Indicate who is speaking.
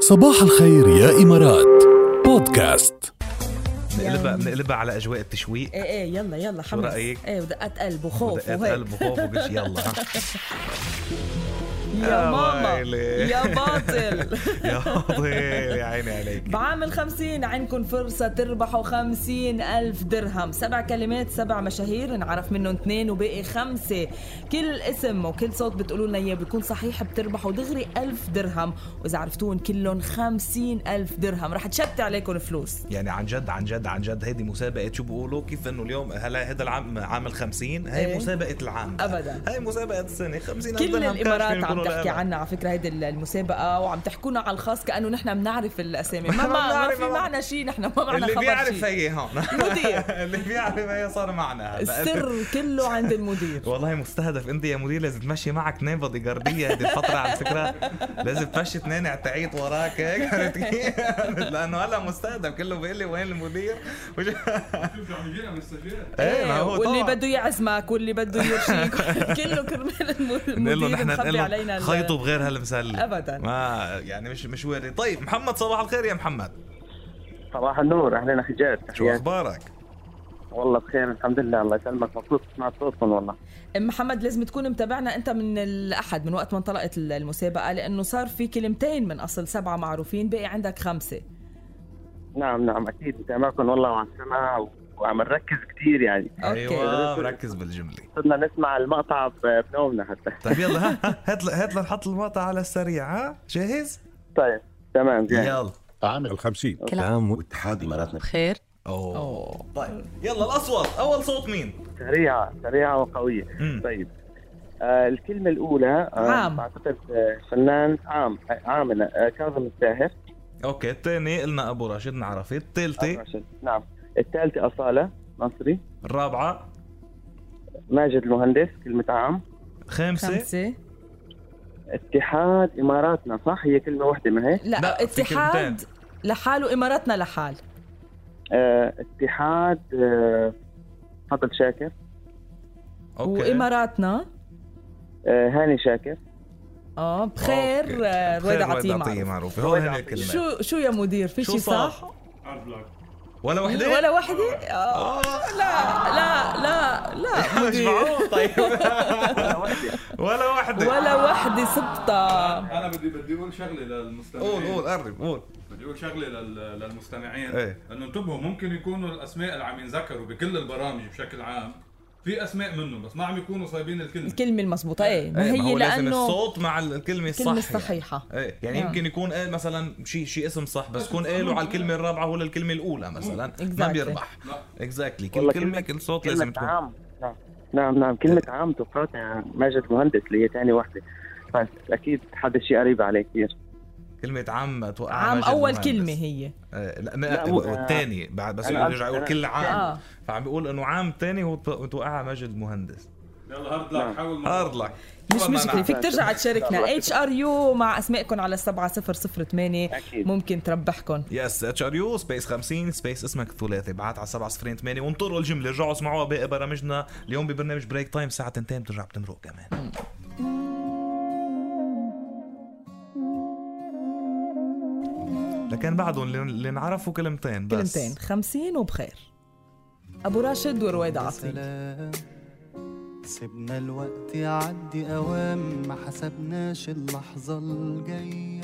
Speaker 1: صباح الخير يا إمارات بودكاست
Speaker 2: بنقلبها بنقلبها على اجواء التشويق
Speaker 3: ايه ايه يلا يلا
Speaker 2: شو
Speaker 3: حمص
Speaker 2: رأيك؟
Speaker 3: ايه ودقات قلب وخوف
Speaker 2: ودقات
Speaker 3: وهيك
Speaker 2: قلب وخوف وكل شيء يلا ها.
Speaker 3: يا
Speaker 2: آه،
Speaker 3: ماما
Speaker 2: ويلي.
Speaker 3: يا باطل
Speaker 2: يا طويل يا عيني عليك
Speaker 3: بعامل خمسين عندكم فرصة تربحوا خمسين ألف درهم سبع كلمات سبع مشاهير نعرف منهم اثنين وباقي خمسة كل اسم وكل صوت بتقولوا لنا إياه بيكون صحيح بتربحوا دغري ألف درهم وإذا عرفتوهم كلهم خمسين ألف درهم رح تشتي عليكم فلوس
Speaker 2: يعني عن جد عن جد عن جد هيدي مسابقة شو بيقولوا كيف انه اليوم هلا هذا العام عام ال 50 هي
Speaker 3: إيه.
Speaker 2: مسابقة العام
Speaker 3: أبداً.
Speaker 2: هي مسابقة السنة 50 ألف
Speaker 3: كل
Speaker 2: درهم كاش فيهم
Speaker 3: الامارات عم
Speaker 2: يكونوا
Speaker 3: تحكي
Speaker 2: لأبد.
Speaker 3: عنا على فكره هيدي المسابقه وعم تحكونا على الخاص كانه نحن بنعرف الاسامي ما
Speaker 2: ما
Speaker 3: ما, ما
Speaker 2: بنعرف،
Speaker 3: في
Speaker 2: ما بنعرف.
Speaker 3: معنا شيء نحن ما معنا
Speaker 2: اللي
Speaker 3: خبر
Speaker 2: بيعرف
Speaker 3: شيء
Speaker 2: هي هون
Speaker 3: المدير.
Speaker 2: اللي بيعرف هي صار معنا هلا.
Speaker 3: السر كله عند المدير
Speaker 2: والله مستهدف انت يا مدير لازم تمشي معك اثنين بادي جارديه هذه الفتره على فكره لازم تمشي اثنين عتعيط وراك هيك عرفت كيف؟ لانه هلا مستهدف كله بيقول لي وين المدير وش... ايه ما هو
Speaker 3: واللي
Speaker 2: طبعاً.
Speaker 3: بده يعزمك واللي بده يرشيك كله كرمال الم-
Speaker 2: نقول له
Speaker 3: المدير
Speaker 2: نحن
Speaker 3: مخبي
Speaker 2: نقول
Speaker 3: علينا
Speaker 2: له
Speaker 3: ال-
Speaker 2: خيطوا بغير هالمسلة
Speaker 3: أبداً.
Speaker 2: ما يعني مش مش واري طيب محمد صباح الخير يا محمد
Speaker 4: صباح النور اهلا اخي جاد
Speaker 2: شو
Speaker 4: تحياتي
Speaker 2: اخبارك؟
Speaker 4: والله بخير الحمد لله الله يسلمك مبسوط اسمع صوتكم والله
Speaker 3: أم محمد لازم تكون متابعنا انت من الاحد من وقت ما انطلقت ال- المسابقه لانه صار في كلمتين من اصل سبعه معروفين باقي عندك خمسه
Speaker 4: نعم نعم اكيد متابعكم والله وعم سمع و- وعم نركز كثير يعني
Speaker 3: اوكي
Speaker 2: ايوه مركز بالجمله
Speaker 4: صرنا نسمع المقطع ب- بنومنا حتى
Speaker 2: طيب يلا ها ها، هات ل- هات لنحط المقطع على السريع ها جاهز؟
Speaker 4: طيب تمام جاهز
Speaker 2: يلا
Speaker 5: عامل الخمسين
Speaker 6: اتحاد اماراتنا
Speaker 7: خير
Speaker 2: اوه
Speaker 3: أوه.
Speaker 2: طيب يلا الاصوات اول صوت مين؟
Speaker 4: سريعه سريعه وقويه
Speaker 2: مم.
Speaker 4: طيب آه الكلمه الاولى آه
Speaker 3: عام.
Speaker 4: بعتقد آه، فنان عام آه، عامنا آه كاظم الساهر
Speaker 2: اوكي الثاني قلنا ابو راشد نعرفه الثالثه
Speaker 4: عشان- نعم الثالثه اصاله مصري
Speaker 2: الرابعه
Speaker 4: ماجد المهندس كلمه عام
Speaker 2: خامسه
Speaker 3: خمسه
Speaker 4: اتحاد اماراتنا صح هي كلمه واحده ما هي
Speaker 3: لا,
Speaker 2: لا، في
Speaker 3: اتحاد
Speaker 2: كلمتين.
Speaker 3: لحاله اماراتنا لحال
Speaker 4: آه اتحاد آه فضل شاكر
Speaker 2: اوكي
Speaker 3: واماراتنا
Speaker 4: آه هاني شاكر
Speaker 3: اه بخير آه، رويدا عطيه معروف.
Speaker 2: معروفه هو هنا الكلمه
Speaker 3: شو شو يا مدير في
Speaker 2: شو
Speaker 3: شيء
Speaker 2: صار؟
Speaker 3: صح؟
Speaker 2: ولا وحده
Speaker 3: ولا وحده؟ آه. لا لا لا لا
Speaker 2: مش
Speaker 3: مدير
Speaker 2: معقول طيب ولا وحده
Speaker 3: ولا وحده صبتها
Speaker 8: انا بدي بدي اقول شغله للمستمعين
Speaker 2: قول قول قرب قول
Speaker 8: بدي اقول شغله لل- للمستمعين
Speaker 2: إيه.
Speaker 8: انه انتبهوا ممكن يكونوا الاسماء اللي عم ينذكروا بكل البرامج بشكل عام في اسماء منهم بس ما عم يكونوا صايبين الكلمه
Speaker 3: الكلمة المضبوطة ايه ما
Speaker 2: إيه،
Speaker 3: هي
Speaker 2: هو لازم
Speaker 3: لأنه
Speaker 2: الصوت مع ال- الكلمه الصح
Speaker 3: الكلمة الصحيحة
Speaker 2: ايه يعني
Speaker 3: آه.
Speaker 2: يمكن يكون قال مثلا شيء شيء اسم صح بس كون قالوا على الكلمه الرابعه ولا الكلمه الاولى مثلا ما
Speaker 3: Exactly.
Speaker 2: بيربح اكزاكتلي كل
Speaker 4: والله
Speaker 2: كلمه
Speaker 4: كلمة-
Speaker 2: كل صوت لازم
Speaker 4: كلمة
Speaker 2: تكون
Speaker 4: عام نعم نعم نعم كلمة عام توقعتها ماجد مهندس اللي هي ثاني واحدة بس أكيد هذا الشيء قريب عليه كثير
Speaker 2: كلمه عم توقع
Speaker 3: عم
Speaker 2: ماجد
Speaker 3: أول
Speaker 2: مهندس.
Speaker 3: كلمة هي
Speaker 2: آه، لا
Speaker 4: لا،
Speaker 2: ما
Speaker 4: مو-
Speaker 2: والثاني بعد بس
Speaker 4: أنا
Speaker 2: يرجع يقول
Speaker 4: أنا-
Speaker 2: كل عام
Speaker 3: آه.
Speaker 2: فعم بيقول انه عام ثاني هو تو- توقعها ماجد مهندس
Speaker 8: يلا هارد
Speaker 2: نعم.
Speaker 8: لك حاول مرة.
Speaker 2: هارد لك
Speaker 3: مش مشكلة فيك ترجع تشاركنا
Speaker 4: لا،
Speaker 3: اتش ار يو مع اسمائكم على 7008
Speaker 4: أكيد.
Speaker 3: ممكن تربحكم
Speaker 2: يس اتش ار يو سبيس 50 سبيس اسمك الثلاثي بعت على 7028 وانطروا الجمله رجعوا اسمعوها باقي برامجنا اليوم ببرنامج بريك تايم الساعه 2 بترجع بتمرق كمان لكن بعدهم اللي- اللي انعرفوا كلمتين بس
Speaker 3: كلمتين 50 وبخير أبو راشد ورويدا عطيه
Speaker 9: سلام سيبنا الوقت يعدي أوام ما حسبناش اللحظة الجاية